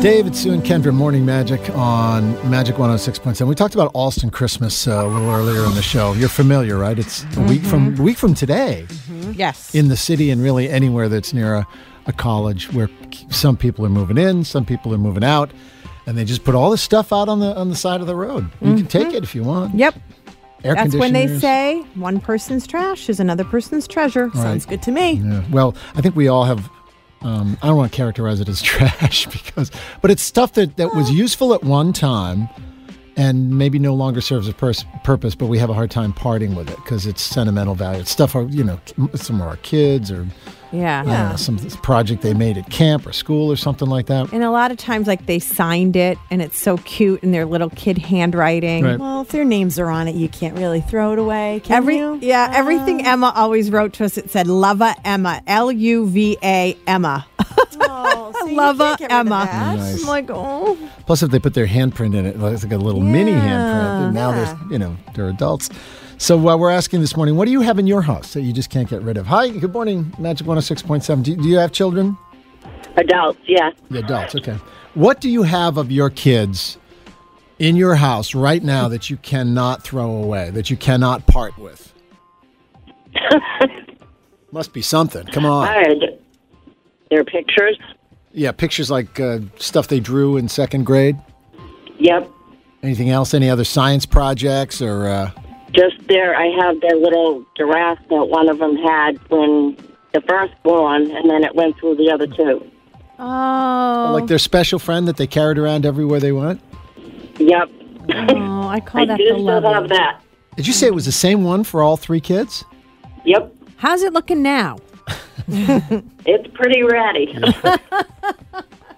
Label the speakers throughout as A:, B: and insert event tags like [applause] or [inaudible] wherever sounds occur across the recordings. A: David, Sue, and Kendra, Morning Magic on Magic 106.7. We talked about Alston Christmas uh, a little earlier in the show. You're familiar, right? It's a week from a
B: Mm-hmm.
A: week from today
B: Yes.
A: in the city and really anywhere that's near a, a college where some people are moving in, some people are moving out, and they just put all this stuff out on the on the side of the road. You can take it if you want.
B: yep.
A: Air
B: Mm-hmm. That's when they
A: conditioners.
B: say one person's trash is another person's treasure. Sounds good to me.
A: Yeah. Well, I think we all have. Um, I don't want to characterize it as [laughs] trash because, but it's stuff that that was useful at one time, and maybe no longer serves a pers- purpose. But we have a hard time parting with it because it's sentimental value. It's stuff our, you know, some of our kids or
B: Yeah.
A: I don't know, some project they made at camp or school or something like that.
B: And a lot of times, like they signed it, and it's so cute in their little kid handwriting.
A: Right.
C: Well, if their names are on it, you can't really throw it away, can
B: Every
C: you?
B: yeah, everything Emma always wrote to us. It said "Lova Emma," L U V A Emma,
C: Oh, [laughs] so you
B: Lova
C: can't get rid of
B: Emma.
C: that.
A: Nice.
B: I'm like,
C: Mm-hmm.
B: oh,
A: Plus, if they put their handprint in it, like, it's like a little mini
B: Yeah.
A: handprint. And now
C: Yeah.
A: they're, you know, they're adults. So uh, we're asking this morning, what do you have in your house that you just can't get rid of? Hi, good morning, Magic 106.7. Do, do you have children?
D: Adults, yeah. [laughs]
A: The adults, okay. What do you have of your kids in your house right now that you cannot throw away, that you cannot part with? Must be something. Come on.
D: And their pictures.
A: Yeah, pictures like uh, stuff they drew in second grade.
D: Yep.
A: Anything else? Any other science projects or. Uh,
D: Just there, I have the little giraffe that one of them had when the first one, and then it went through the other two.
B: oh,
A: Like their special friend that they carried around everywhere they went?
D: Yep.
B: oh, I call
D: [laughs] I
B: that
D: do
B: the
D: still
B: love.
D: have that.
A: Did you say it was the same one for all three kids?
D: Yep.
B: How's it looking now?
D: It's pretty ratty. [laughs]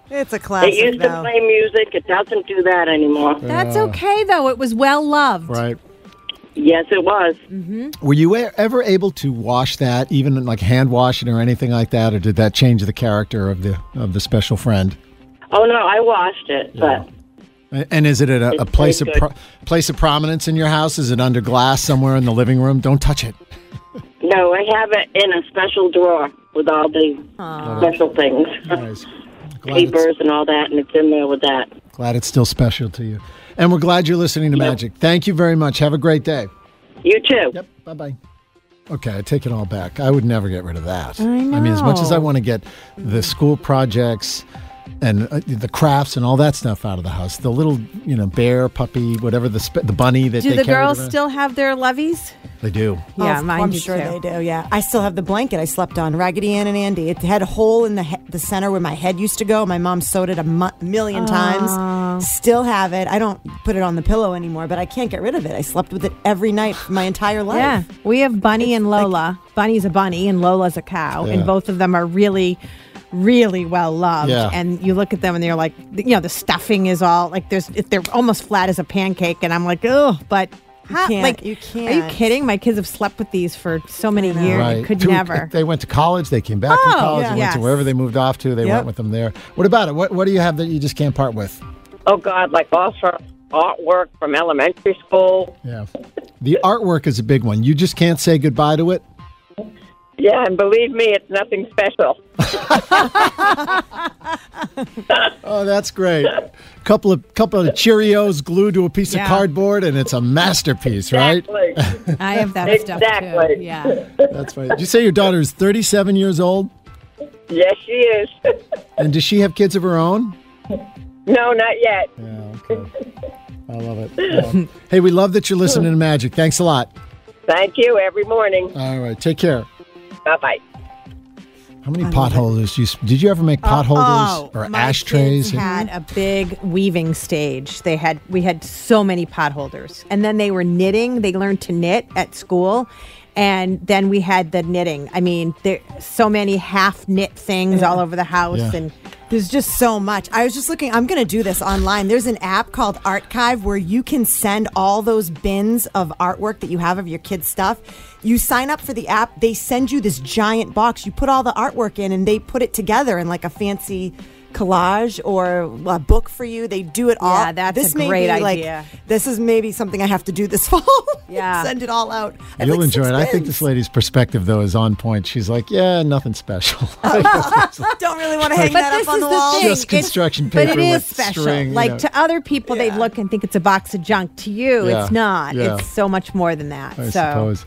C: It's a
D: It
C: classic,
D: used to
C: though.
D: play music. It doesn't do that anymore.
B: That's okay though. It was well loved.
A: Right.
D: Yes, it was.
A: Were you e- ever able to wash that, even like hand washing or anything like that, or did that change the character of the of the special friend?
D: Oh no, I washed it, but
A: A- And is it at a, a
D: It's
A: place of
D: pretty
A: pro- place of prominence in your house? Is it under glass somewhere in the living room? Don't touch it.
D: no, I have it in a special drawer with all the special things,
A: Guys, Glad it's,
D: papers and all that, and it's in there with that.
A: glad it's still special to you. And we're glad you're listening to Magic. Thank you very much. Have a great day.
D: You too.
A: Yep. Bye bye. Okay, I take it all back. I would never get rid of that. I,
B: know.
A: mean, as much as I want to get the school projects and uh, the crafts and all that stuff out of the house, the little you know bear, puppy, whatever the sp- the bunny that
B: Do
A: they
B: the
A: carried
B: girls
A: around-
B: still have their levies?
A: They do.
C: Oh,
B: yeah,
C: of-
B: mine
C: I'm
B: do
C: sure
B: too.
C: they do. Yeah, I still have the blanket I slept on, Raggedy Ann and Andy. It had a hole in the he- the center where my head used to go. My mom sewed it a mu- million times. Still have it. I don't put it on the pillow anymore, but I can't get rid of it. I slept with it every night for my entire life.
B: Yeah, we have Bunny and Lola. Bunny's a bunny and Lola's a cow,
A: Yeah.
B: and both of them are really, really well loved.
A: Yeah.
B: And you look at them and they're like, you know, the stuffing is all like there's it- they're almost flat as a pancake, and I'm like, oh, but. how-
C: can't-
B: like
C: you
B: Are you
C: can't.
B: kidding? My kids have slept with these for so many years. I
A: [laughs]
B: could
A: Two-
B: never.
A: They went to college. They came back
B: Oh,
A: from college. They went to
B: yes.
A: wherever they moved off to. They
C: Yep.
A: went with them there. What about it? What What do you have that you just can't part with?
D: Oh God, like all sorts of artwork from elementary school.
A: Yeah, the artwork is a big one. You just can't say goodbye to it.
D: Yeah, and believe me, it's nothing special.
A: Oh, that's great. Couple of couple of Cheerios glued to a piece of
B: Yeah.
A: cardboard, and it's a
B: [laughs]
A: masterpiece, right? [laughs]
D: Exactly.
B: I have that stuff too.
D: Exactly.
B: Yeah.
A: That's right. Did you say your daughter is 37 years old?
D: yes, she is. [laughs]
A: And does she have kids of her own?
D: no, not yet.
A: Yeah, okay. I love it.
B: [laughs]
A: Yeah. hey, we love that you're listening to Magic. Thanks a lot.
D: Thank you. Every morning.
A: All right, take care.
D: Bye bye.
A: How many potholders you, s- did you ever make potholders
B: Oh,
A: or
B: my
A: ashtrays?
B: Kids had a big weaving stage. They had we had so many potholders, and then they were knitting. They learned to knit at school, and then we had the knitting. I mean, there so many half knit things all over the house,
A: Yeah.
B: and
C: There's just so much. I was just looking, I'm going to do this online. There's an app called Archive where you can send all those bins of artwork that you have of your kids' stuff. You sign up for the app, they send you this giant box. You put all the artwork in and they put it together in like a fancy collage or a book for you. They do it all.
B: Yeah, that's
C: this
B: a
C: may
B: great
C: be
B: idea.
C: Like, this is maybe something I have to do this [laughs] fall.
B: Yeah.
C: send it all out. I have
A: You'll
C: like
A: enjoy it.
C: six
A: I think
C: bins.
A: this lady's perspective, though, is on point. She's like, yeah, nothing
B: [laughs]
A: special. [laughs]
C: Don't really want to hang
B: But
C: that
B: this
C: up on
B: is
C: the
B: the
C: wall.
B: thing.
A: Just construction
B: it's, But
A: paper
B: it is
A: with
B: special.
A: string, you
B: like
A: know.
B: to other people, they look and think it's a box of junk. To you,
A: Yeah,
B: it's not.
A: yeah.
B: It's so much more than that.
A: I
B: so
A: suppose.